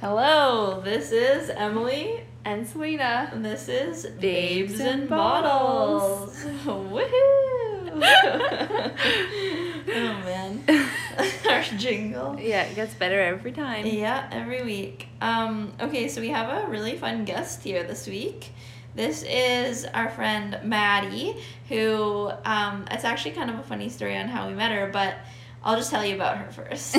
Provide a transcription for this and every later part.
Hello, this is Emily, and Selena. and this is Babes Babes and and Bottles. Woohoo! oh man, our jingle. yeah, it gets better every time. Yeah, every week. Um, okay, so we have a really fun guest here this week. This is our friend Maddie, who um, it's actually kind of a funny story on how we met her, but I'll just tell you about her first,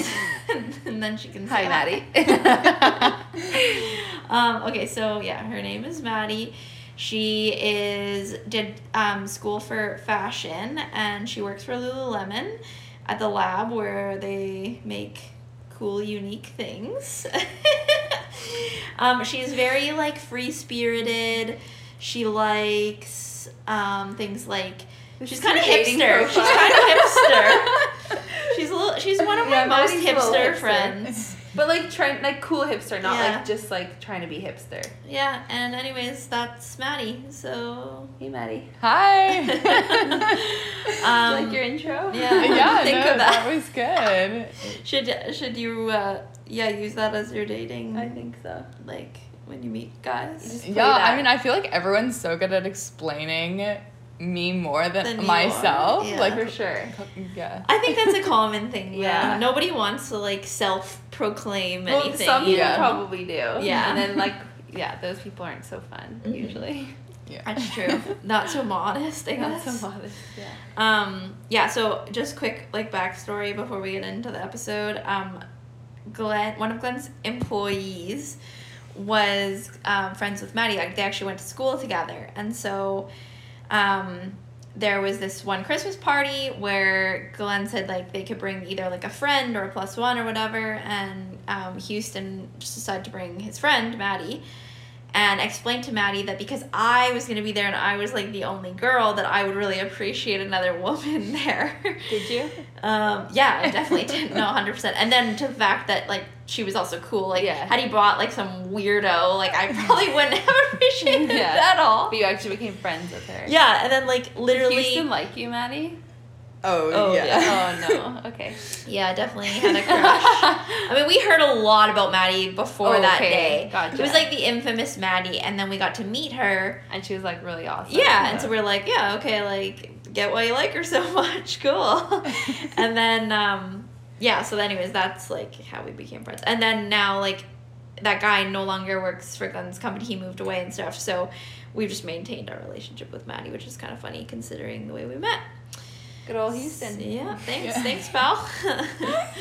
and then she can. Hi, say Maddie. um, okay, so yeah, her name is Maddie. She is did um, school for fashion, and she works for Lululemon at the lab where they make cool, unique things. um, she's very like free spirited. She likes um, things like she's kind of hipster. She's kind of hipster. She's a little. She's one of my Yeah, most Maddie's a little hipster hipster. friends. But like trying like cool hipster, not Yeah. like just like trying to be hipster. Yeah, and anyways, that's Maddie. So Hey Maddie. Hi. um, Do you like your intro? yeah. I yeah, didn't think no, of that. that. was good. should should you uh, yeah use that as your dating I think so. like when you meet guys? Just play yeah, that. I mean, I feel like everyone's so good at explaining me more than, Than you myself. are, yeah. Like, For sure. yeah. I think that's a common thing. Yeah, Yeah. nobody wants to like self proclaim Well, anything. some people Yeah. probably do. Yeah. And then like yeah, those people aren't so fun Mhm. usually. yeah. That's true. Not so modest, I Not guess. so modest. Yeah. Um, yeah, so just quick like backstory before we get into the episode. Um, Glenn, one of Glenn's employees was um, friends with Maddie. Like they actually went to school together, and so um, there was this one Christmas party where Glenn said like they could bring either like a friend or a plus one or whatever, and um, Houston just decided to bring his friend Maddie and explained to Maddie that because I was going to be there and I was like the only girl, that I would really appreciate another woman there. Did you? um, yeah, I definitely didn't know 100%. And then to the fact that like she was also cool. Like, Yeah. had he brought like some weirdo, like I probably wouldn't have appreciated Yeah. that at all. But you actually became friends with her. Yeah, and then like Did literally. Houston like you, Maddie? Oh, Oh, yeah. yeah. Oh no. Okay. Yeah, definitely had a crush. I mean, we heard a lot about Maddie before that Oh, Okay, day. gotcha. It was like the infamous Maddie, and then we got to meet her. and she was like really awesome. Yeah, and so we're like, yeah, okay, like get why you like her so much, cool. and then um yeah, so anyways, that's like how we became friends. And then now like that guy no longer works for Glenn's company. He moved away and stuff. So we've just maintained our relationship with Maddie, which is kind of funny considering the way we met. Good old Houston. So, yeah, thanks, Yeah. thanks, pal.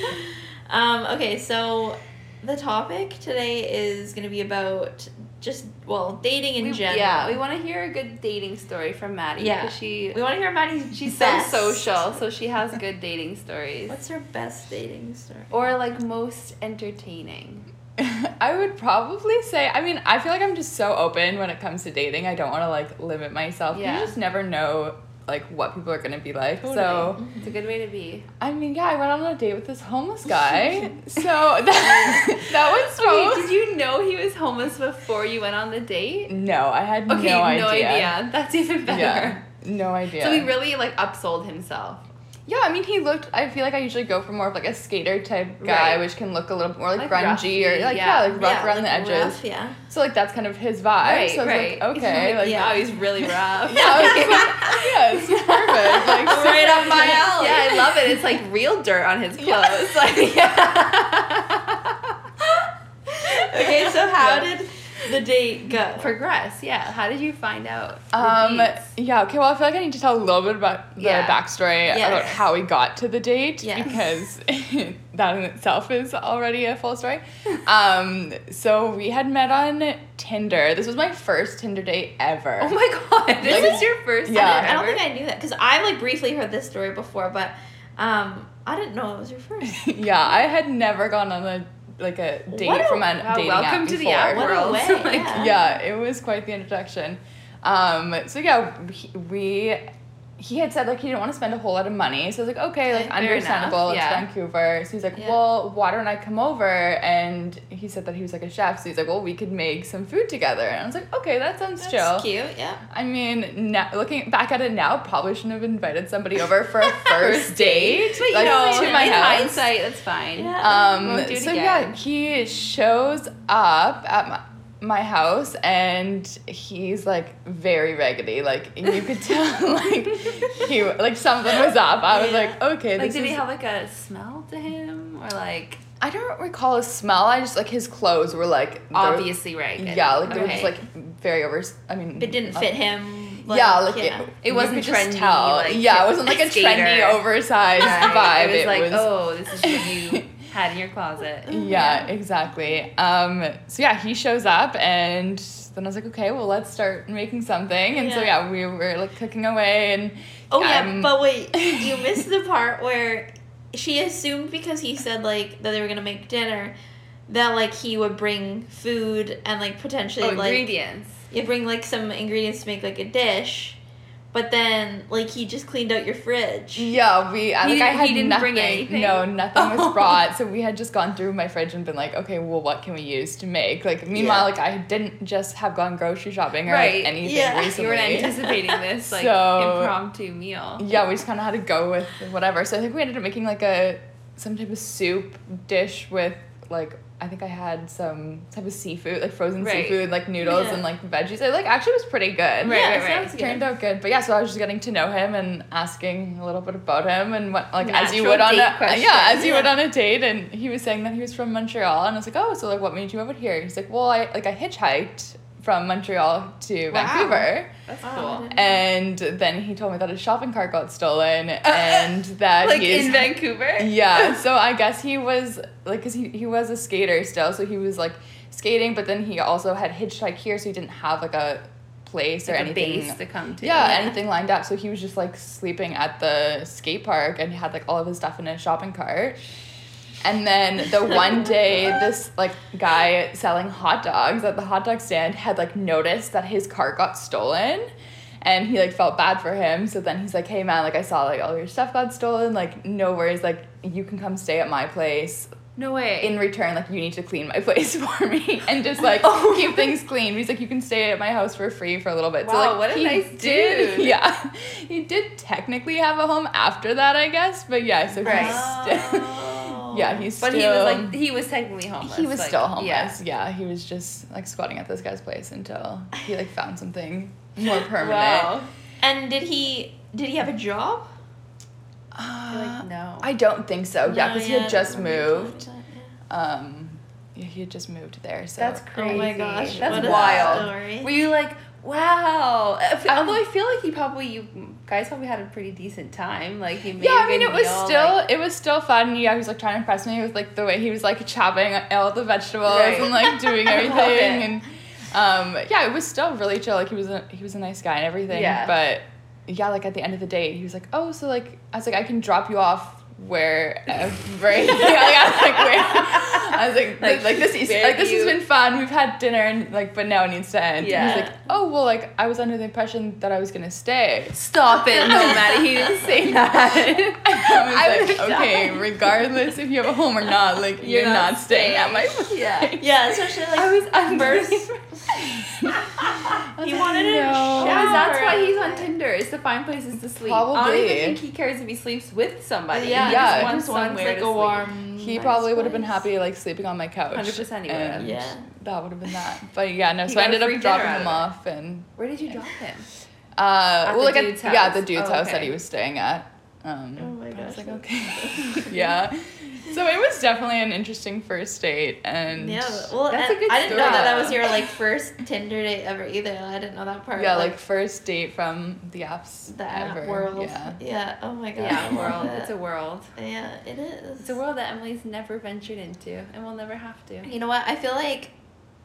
um, okay, so the topic today is going to be about just, well, dating in We- general. Yeah, we want to hear a good dating story from Maddie. Yeah. 'cause she We want to hear Maddie's she's best. so social, so she has good dating stories. What's her best dating story? or like most entertaining. I would probably say, I mean, I feel like I'm just so open when it comes to dating. I don't want to, like, limit myself. Yeah. You just never know, like, what people are going to be like. So. Totally. it's a good way to be. I mean, yeah, I went on a date with this homeless guy. so that, that was Wait, so. did you know he was homeless before you went on the date? No, I had Okay, no idea. That's even better. Yeah, no idea. So he really like upsold himself. yeah, I mean, he looked. I feel like I usually go for more of like a skater type guy, Right. which can look a little more like, Like roughy, grungy or like yeah. yeah, like rough around like the edges. rough, yeah. So like that's kind of his vibe. Right, so I was right. like, okay, like yeah. wow, he's really rough. yeah, I was like, yeah, it's perfect. Like so- Right up my alley. Yeah, I love it. It's like real dirt on his clothes. Like, yeah. Okay, so how Yeah. did the date go? progress? Yeah, how did you find out? the Um, deets? yeah, okay, well, I feel like I need to tell a little bit about the Yeah. backstory Yes. about how we got to the date Yes. because that in itself is already a full story. um, so we had met on Tinder. This was my first Tinder date ever. oh my god, this Like- is your first. Yeah. time I don't ever? think I knew that because I like briefly heard this story before, but um, I didn't know it was your first. yeah, I had never gone on a like a date What a- from an Wow, dating welcome app to the before. app What a world. way, Like, yeah. yeah, it was quite the introduction. Um, so yeah, we, we he had said like he didn't want to spend a whole lot of money, so I was like, okay, like Fair understandable. enough, It's yeah. Vancouver. So he's like, Yeah. well, why don't I come over? And he said that he was like a chef, so he's like, well, we could make some food together. And I was like, okay, that sounds That's chill. cute. Yeah. I mean, now, looking back at it now, probably shouldn't have invited somebody over for a first date, But you like know, to my in house. hindsight, that's fine. Yeah. Um, Won't do it so yeah, again. he shows up at my, my house and he's like very raggedy. Like you could tell, like he like something was up. I was Yeah. like, okay, Like, this did is. he have like a smell to him, or like I don't recall his smell. I just like his clothes were like they were- obviously ragged? Yeah, like they were just Okay. like very over. I mean, But it didn't up- fit him. Uh, yeah, like it, It you wasn't could just trendy, tell. like, yeah, it wasn't like a skater. trendy, oversized Right. vibe. It was like, oh, this is what you had in your Oh, closet. Yeah, exactly. Um, so yeah, he shows up, and then I was like, okay, well, let's start making something. And so Yeah. yeah, we were like cooking away, and Oh yeah, um, but wait, you missed the part where she assumed because he said like that they were gonna make dinner, that like he would bring food and like potentially Oh, like ingredients. you bring like some ingredients to make like a dish, but then like he just cleaned out your fridge. yeah, we I, He like I didn't- had he didn't nothing. bring anything? No, nothing was Oh. brought. So we had just gone through my fridge and been like, okay, well, what can we use to make? Like meanwhile, Yeah. like I didn't just have gone grocery shopping or Right. like anything Yeah. You weren't recently. You weren't anticipating this like So- impromptu meal. yeah, we just kind of had to go with whatever. So I think we ended up making like a some type of soup dish with like I think I had some type of seafood, like frozen Right. seafood, like noodles Yeah. and like veggies. It like actually was pretty good. Right, yeah, it right, right. sounds It good. turned out good, but yeah. So I was just getting to know him and asking a little bit about him and what, like, as you Natural would on a date yeah, as questions. you would Yeah. on a date. And he was saying that he was from Montreal, and I was like, oh, so like, what made you over here? He's like, well, I like I hitchhiked from Montreal to Wow. Vancouver. That's Oh, cool. I didn't- And then he told me that his shopping cart got stolen and that Like he's. in Vancouver. yeah, so I guess he was like, because he, he was a skater still, so he was like skating, but then he also had hitchhike here, so he didn't have like a place or Like a anything. base to come to. yeah, yeah. anything lined up. So he was just like sleeping at the skate park and he had like all of his stuff in his shopping cart. And then the one day, this like guy selling hot dogs at the hot dog stand had like noticed that his cart got stolen, and he like felt bad for him. So then he's like, "Hey man, like I saw like all your stuff got stolen. Like no worries. Like you can come stay at my place. No way. In return, like you need to clean my place for me and just like Oh. keep things clean. He's like, you can stay at my house for free for a little bit. so Wow, like what a he nice did- dude. Yeah, he did technically have a home after that, I guess. But yeah, so Right. he's still. Yeah, he's still. but he was like he was technically homeless. he was like, still homeless. Yeah. Yeah. he was just like squatting at this guy's place until he like found something more permanent. Wow. And did he did he have a job? You're Uh, like no. I don't think so. yeah, No, because he had I just don't remember moved. doing that, yeah. Um, yeah, he had just moved there. So That's crazy. Oh my gosh, that's what a wild. story. Were you like, wow? I fe- Although I feel like he probably, you guys probably had a pretty decent time. Like he made. a yeah, I mean good it was meal, still like- it was still fun. Yeah, he was like trying to impress me with like the way he was like chopping all the vegetables Right. and like doing I everything love it. and um yeah, it was still really chill. Like he was a he was a nice guy and everything. Yeah. But yeah, like at the end of the day, he was like, Oh, so like I was like, I can drop you off wherever yeah, like, I was like, where I was like, Like, th- like this is where like this has you- been fun. We've had dinner and like but now it needs to end. And Yeah. he's like, Oh well like I was under the impression that I was gonna stay. Stop it, no matter. He didn't say that. I was would like, die. okay, regardless if you have a home or not, like you're, not, staying at my place. Yeah. Yeah, especially like I was first. unversed. He wanted a No. shower. that's why he's on Tinder. Is to find places to sleep. I don't Probably. even think he cares if he sleeps with somebody. Yeah, he yeah. Just wants somewhere like to a sleep. warm. He Nice probably would have been place. happy like sleeping on my 100% couch. he would have. and Yeah. That would have been that. But yeah, no, He so I got a ended up free dinner dropping out of him it. off and Where did you drop him? uh well the like dude's at, yeah, house. the dude's Oh, house that okay. he was staying at. Um Oh my I gosh, was like, that's okay. yeah. So it was definitely an interesting first date and Yeah, well, That's and a good I didn't know that story. that was your like first Tinder date ever either. I didn't know that part. yeah, like first date from the apps the app ever. world. Yeah. Yeah. Oh my god. Yeah, I love world. it. It's a world. yeah, it is. It's a world that Emily's never ventured into and will never have to. You know what? I feel like,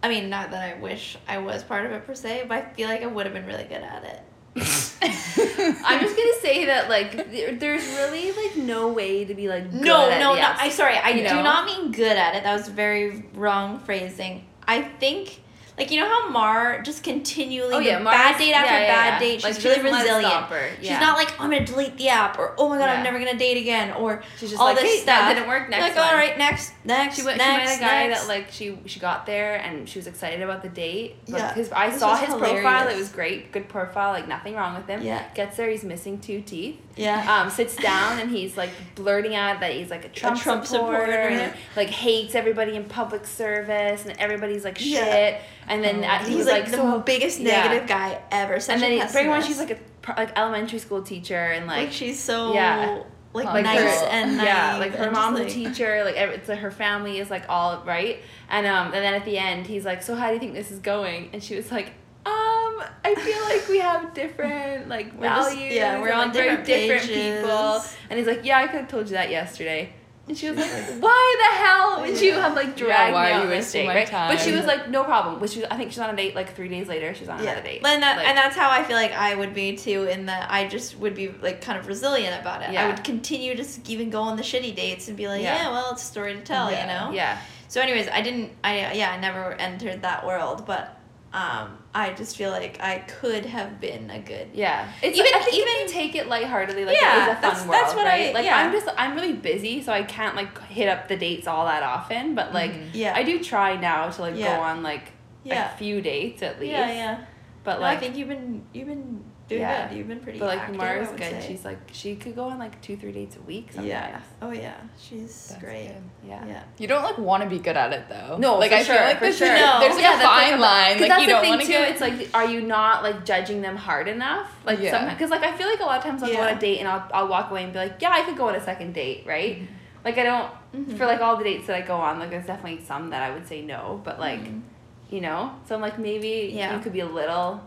I mean, not that I wish I was part of it per se, but I feel like I would have been really good at it. I'm just gonna say that like there- there's really like no way to be like good No, at no, the no. apps. I sorry. I You do know? not mean good at it. That was very wrong phrasing. I think Like you know how Mar just continually Oh yeah, with Mara's- bad date after yeah, yeah, bad yeah. date. Like, She's she really doesn't let it resilient. stop her. Yeah. She's not like I'm gonna delete the app or oh my god Yeah. I'm never gonna date again or She's just all like, this "Hey, that stuff didn't work, next Like one." all right next next She went, next, she met a guy next. that like she she got there and she was excited about the date. But Yeah. his I This saw was his profile. It hilarious. was great, good profile, like nothing wrong with him. Yeah. Gets there, he's missing two teeth. yeah Um, sits down and he's like blurting out that he's like a Trump, Trump supporter, supporter. and, like hates everybody in public service and everybody's like shit. Yeah. And then Oh. uh, he he's was like, like, the so biggest yeah. negative guy ever. Such and then a he, pretty much she's pessimist. like a pr- like elementary school teacher and like, like she's so Yeah. like, Like nice her- and yeah, naive like her and just, mom's a like- teacher. Like every, it's like her family is like all right, and um, and then at the end he's like, so how do you think this is going? And she was like, um, I feel like we have different like We're just- values. yeah, we're and, on like, very different people. pages. And he's like, yeah, I could have told you that yesterday. And she was like, why the hell would you have like dragged why me are on you this date, wasting my right? But she time? was like, no problem. Which she was, I think she's on a date like three days later. She's on Yeah, another date. and that, Like- and that's how I feel like I would be too. In that I just would be like kind of resilient about it. Yeah. I would continue to s- even go on the shitty dates and be like, Yeah. yeah, well, it's a story to tell, Yeah. you know. yeah. So, anyways, I didn't. I yeah, I never entered that world, but um, I just feel like I could have been a good. Yeah, it's Even- I think if even- you take it lightheartedly, like Yeah, it is a fun that's- world, that's what I- right? Like yeah. I'm just I'm really busy, so I can't like hit up the dates all that often. But like Mhm. Mm-hmm. Yeah. I do try now to like Yeah. go on like yeah. a few dates at least. yeah, yeah. But No, like, I think you've been you've been doing Yeah. good. You've been pretty. but like active, Mara's I would good. say. She's like she could go on like two three dates a week. Sometimes. yeah. Oh yeah, she's great. Yeah. Yeah. You don't like want to be good at it though. No, like for I sure, feel like for there's, sure. No. there's like Yeah, a that's, like, fine a- line. Because Like that's you don't the want thing to too. get It's like, are you not like judging them hard enough? Like, Yeah. because like I feel like a lot of times I'll go Yeah. on a date and I'll, I'll walk away and be like, yeah, I could go on a second date, right? Like I don't Mhm. for like all the dates that I go on. Like there's definitely some that I would say no, but like Mhm. you know, so I'm like maybe Yeah. you could be a little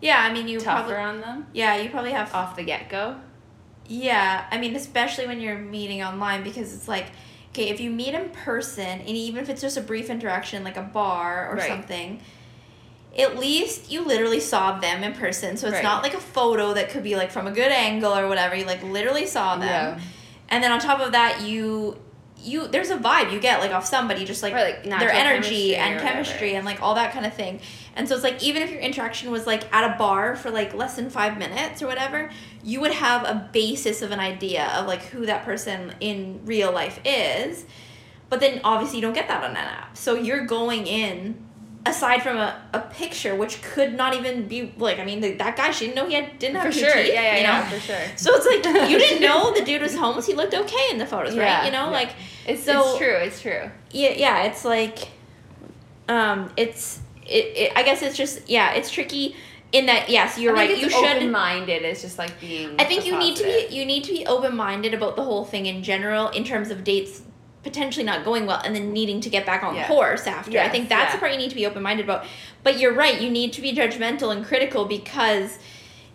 yeah, I mean you tougher probably on them yeah you probably have off the get go. Yeah, I mean, especially when you're meeting online because it's like, okay, if you meet in person, and even if it's just a brief interaction, like a bar or Right. something, at least you literally saw them in person. So it's Right. not like a photo that could be like from a good angle or whatever. You like literally saw them. yeah. And then on top of that, you you there's a vibe you get like off somebody just like, Or, like, their natural energy chemistry or and whatever. chemistry and like all that kind of thing and so it's like even if your interaction was like at a bar for like less than five minutes or whatever you would have a basis of an idea of like who that person in real life is but then obviously you don't get that on an app so you're going in aside from a, a picture which could not even be like i mean the, that guy she didn't know he had didn't have For two sure, teeth, yeah, yeah, you know? yeah, for sure. So it's like you didn't know the dude was homeless. He looked okay in the photos, Yeah, right? You know, yeah. like It's So- it's true. It's true. yeah, yeah. It's like, um, it's it, it. I guess it's just yeah. It's tricky in that yes, you're right. You Open should. minded. It's just like being. I think the you need to positive. be you need to be open minded about the whole thing in general in terms of dates potentially not going well and then needing to get back on Yeah. course after. I Yes, think that's yeah. the part you need to be open minded about. But you're right. You need to be judgmental and critical because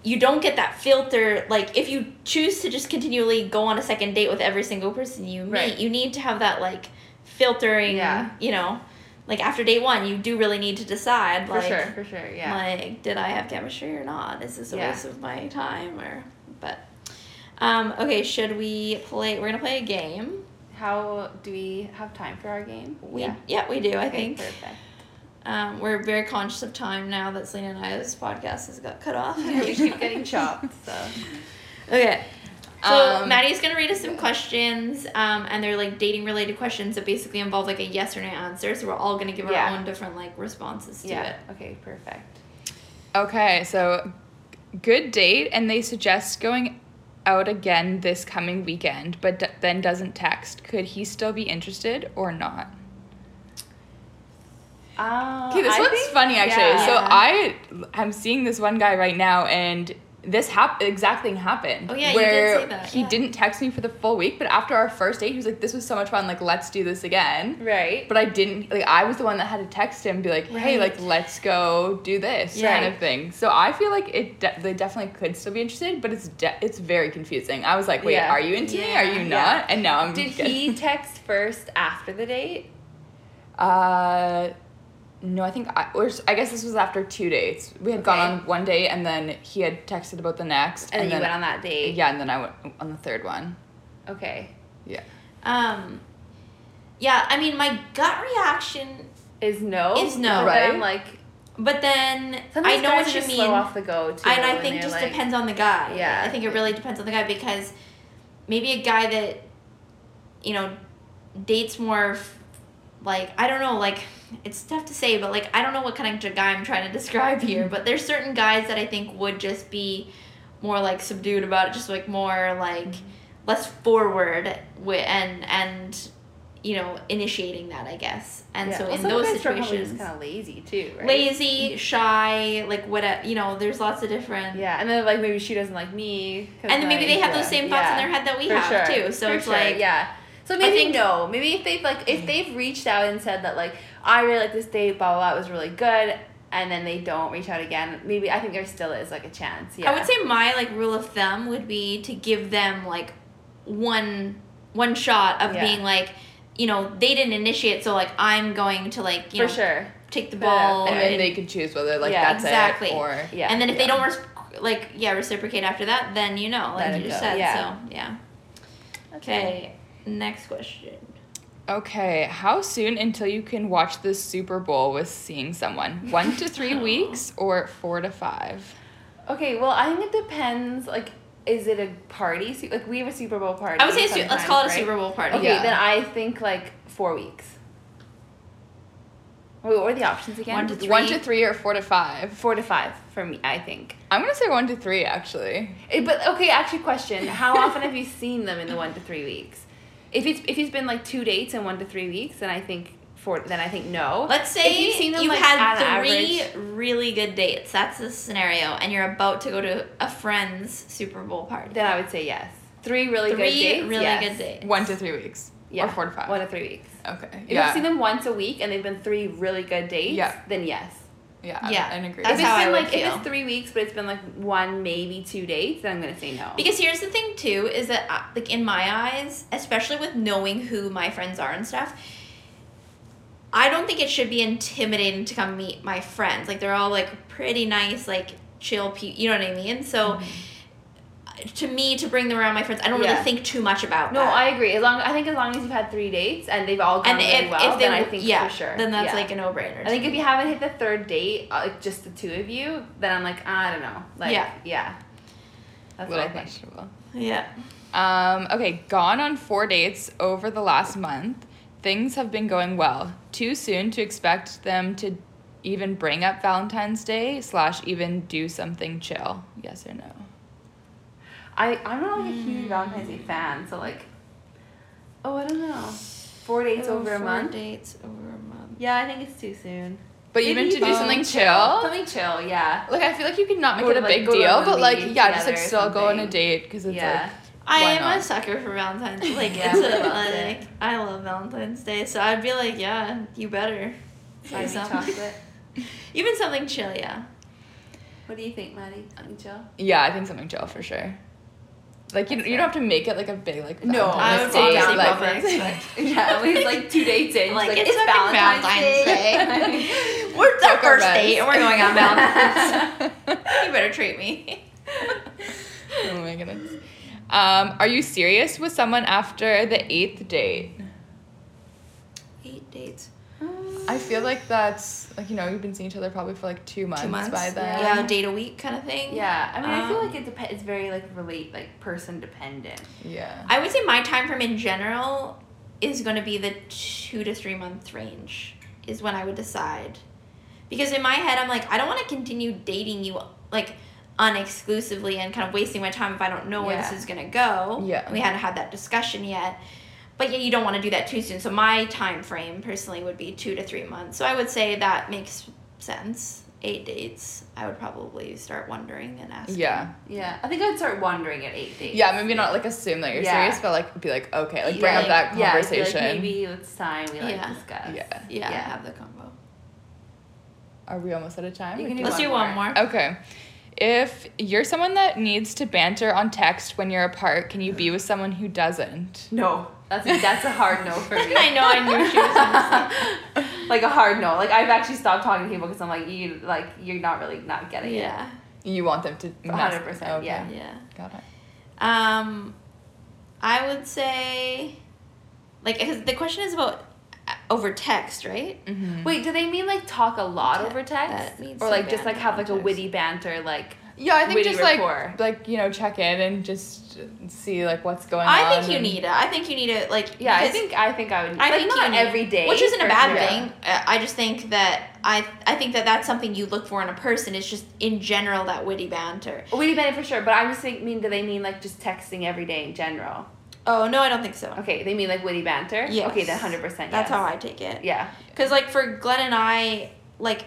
you don't get that filter like if you choose to just continually go on a second date with every single person you meet Right. you need to have that like filtering Yeah. you know like after day one you do really need to decide for like sure. For sure. Yeah. like did i have chemistry or not is this a Yeah. waste of my time or but um okay should we play we're gonna play a game How do we have time for our game? we yeah, we do i Okay, think Perfect. um, we're very conscious of time now that selena and i's podcast has got cut off Yeah, we keep getting chopped, so. Okay. So Um, Maddie's gonna read us some questions, um, and they're like dating related questions that basically involve like a yes or no answer. So we're all gonna give Yeah. our own different like responses to Yeah. Okay, perfect. Okay, so good date, and they suggest going out again this coming weekend, but d- then doesn't text. Could he still be interested or not? Uh, Okay, this I one's think- funny actually. yeah. So Yeah. I I'm seeing this one guy right now, and this hap- exact thing happened. Oh, yeah, you did where say that, he yeah. didn't text me for the full week, but after our first date, he was like, "This was so much fun. Like, let's do this again." Right. But I didn't like I was the one that had to text him and be like, hey, Right. like let's go do this Right. kind of thing. So I feel like it de- they definitely could still be interested, but it's de- it's very confusing. I was like, wait, Yeah. are you into me? Yeah. Are you Yeah. not? And now I'm Did get- he text first after the date? Uh no, I think I or s- I guess this was after two dates. We had gone Okay. on one date and then he had texted about the next And, then you went on that date? Yeah, and then I went on the third one. Okay. Yeah. it. Um, yeah, I mean, my gut reaction is no. Is no. But then I'm Right. like, But then sometimes I know what guys are you just mean. slow off the go too. and I when think they're, just like- depends on the guy. Yeah. I think it really depends on the guy because maybe a guy that you know dates more f- like I don't know like it's tough to say but like I don't know what kind of j- guy I'm trying to describe here but there's certain guys that I think would just be more like subdued about it just like more like Mm-hmm. less forward with and and you know initiating that I guess and Yeah. so Well, in some those guys are probably situations just kind of lazy too, right? lazy shy like what uh, you know there's lots of different Yeah, and then like maybe she doesn't like me. 'cause, and then maybe like, they have yeah. those same thoughts Yeah. in their head that we For have sure. too. So For it's sure, like yeah. So maybe think- Mm-hmm. no. Maybe if they've like if they've reached out and said that like I really like this date, blah blah blah, it was really good, and then they don't reach out again. Maybe I think there still is like a chance. Yeah. I would say my like rule of thumb would be to give them like one one shot of Yeah. being like, you know, they didn't initiate, so like I'm going to like you for know sure. take the Yeah. ball and then they could choose whether like Yeah, that's exactly. it or Yeah. and then if they yeah. don't res- like yeah reciprocate after that, then you know like Let you it just go. said Yeah. so yeah. Okay, next question. Okay, how soon until you can watch the Super Bowl with seeing someone? One to three weeks or four to five? Okay. Well, I think it depends. Like, is it a party? Su- Like we have a Super Bowl party. I would say a su- let's sometimes, call it a right? Super Bowl party. Okay, Yeah. then I think like four weeks. Wait, what were the options again? One to th- One Three? to three or four to five? four to five for me, I think. I'm gonna say one to three actually. Eh, But okay, actually, question: How often have you seen them in the one to three weeks? If it's if it's been like two dates in one to three weeks, then I think four. Then I think no. Let's If say you've seen them, you like, had on three average- really good dates. That's the scenario, and you're about to go to a friend's Super Bowl party. then I would say yes. Three really three good dates. really yes. good dates. One to three weeks. Yeah. Or four to five. One to three weeks. okay. If Yeah. you've seen them once a week and they've been three really good dates, Yeah. then yes. yeah. Yeah. I agree. That's if it's how I been would like feel. if it's three weeks, but it's been like one maybe two dates, then I'm gonna say no. Because here's the thing too is that uh, like in my eyes, especially with knowing who my friends are and stuff, I don't think it should be intimidating to come meet my friends. Like they're all like pretty nice, like chill people. You know what I mean? So. uh, To me, to bring them around my friends, I don't Mm-hmm. Yeah. really think too much about No, that. I agree. As long I think as long as you've had three dates and they've all gone and really if, well, if they then I w- think yeah, for sure. then that's Yeah. like a no brainer. I think if you haven't hit the third date, uh, like just the two of you, then I'm like I don't know. Like Yeah. yeah, That's little what I think. questionable. yeah. Um, okay, gone on four dates over the last month. Things have been going well. Too soon to expect them to even bring up Valentine's Day slash even do something chill. Yes or no? I I'm not like a Hmm. huge Valentine's Day fan, so like, oh I don't know, four dates over a month. Oh, Dates over a month. Yeah, I think it's too soon. But Maybe even to do um, something chill. Something chill, yeah. Like I feel like you could not make Go it to, a like, big go to a deal, but movie like yeah, just like together or still go on a something. date because it's yeah. I Why am a not? sucker for Valentine's. Like Yeah, it's I a, love it. like I love Valentine's Day, so I'd be like, yeah, you better. do Buy me something. chocolate. Even something chill, yeah. What do you think, Maddie? Something chill. like yeah, I think something chill for sure. Like you, you don't have to make it like a big like No, Valentine's I would Day, say down, like, like- perfect. Yeah, at least like two dates in. Like, Like, it's it's, fucking Valentine's, Valentine's Day. we're it's our Took our first date, and we're going on Valentine's. Valentine's. you better treat me. oh my goodness. Um, are you serious with someone after the eighth date? Eight dates. I feel like that's like you know you've been seeing each other probably for like two months, Two months. by then. Yeah, a date a week kind of thing. yeah, I mean, I feel Um, like it dep- It's very like relate, like person dependent. Yeah. I would say my time frame in general is going to be the two to three month range is when I would decide, because in my head I'm like I don't want to continue dating you like unexclusively and kind of wasting my time if I don't know where this Yeah. is going to go. Yeah. we hadn't had that discussion yet, but yeah, you don't want to do that too soon. So my time frame personally would be two to three months. So I would say that makes sense. Eight dates, I would probably start wondering and asking. Yeah. Yeah, I think I'd start wandering at eight dates. Yeah, maybe not like assume that you're Yeah. serious, but like be like, okay, like bring Yeah, up that Yeah, I'd be conversation. like, maybe it's time we like Yeah. discuss. Yeah. Yeah, Yeah. have the combo. Are we almost out of time? You We can can- do Let's do one one more. Okay. If you're someone that needs to banter on text when you're apart, can you be with someone who doesn't? No, that's that's a hard no for me. I know I knew she was gonna say like a hard no. Like I've actually stopped talking to people because I'm like you, like you're not really not getting Yeah. You want them to A hundred percent, Okay. yeah. Yeah. Got it. Um, I would say, like, 'cause the question is about over text, right? Mm-hmm. Wait, do they mean like talk a lot Yeah, over text, Mm-hmm. that means or some like just like banter have like a on text. witty banter, like Yeah, I think witty just rapport. like like you know check in and just see like what's going on. I think you and- need it. I think you need it. Like Um, yeah, I because- think I think I would. I like, think not you need- every day, which isn't a for bad sure. thing. Uh, I just think that I I think that that's something you look for in a person. It's just in general that witty banter. Witty banter for sure, but I'm just thinking, mean, do they mean like just texting every day in general? Oh no, I don't think so. Okay, they mean like witty banter. Yes. Okay, then hundred percent. That's how I take it. Yeah. Because like for Glenn and I, like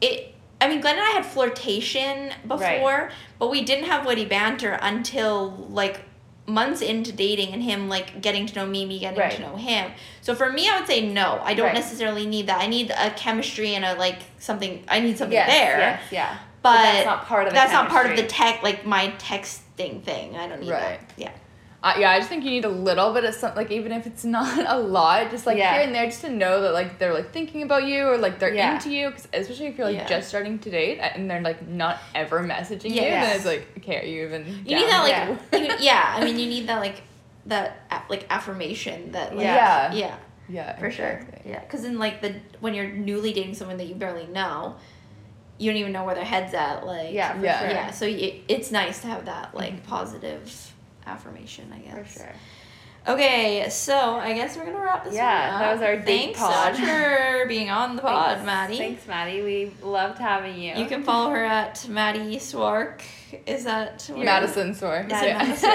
it. I mean, Glenn and I had flirtation before, Right. but we didn't have witty banter until like months into dating and him like getting to know me, me getting Right. to know him. So for me, I would say no. I don't Right. necessarily need that. I need a chemistry and a like something. I need something Yes, there. Yes, yeah. But that's not part of the that's not part of the chemistry. tech like my texting thing. I don't need that. Right. Yeah. Uh, yeah, I just think you need a little bit of something, like even if it's not a lot, just like Yeah. here and there, just to know that like they're like thinking about you or like they're Yeah. into you. 'cause especially if you're like Yeah. just starting to date and they're like not ever messaging you, Yes. then it's like, okay, are you even? You down need that with like it? you- yeah. I mean, you need that like that a- like affirmation that like Yeah. yeah. yeah, for exactly. sure. Yeah, because in like the when you're newly dating someone that you barely know, you don't even know where their head's at. Like Yeah, for Yeah. sure. Mm-hmm. yeah. So y it's nice to have that like positive affirmation. I For guess. sure. Okay, so I guess we're gonna wrap this. Yeah, one that up. was our date Thanks pod. so much for being on the pod, Thanks. Maddie. Thanks, Maddie. We loved having you. You can follow her at Maddie Swark. Is that where- Madison Sore. Is it yeah. Madison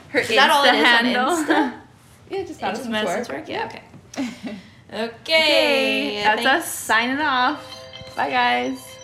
her Is that all it Insta is on handle. Insta? yeah, just It's just Madison, Madison Sore. Swark. Yeah. Okay. Okay. Okay, that's thanks. us signing off. Bye, guys.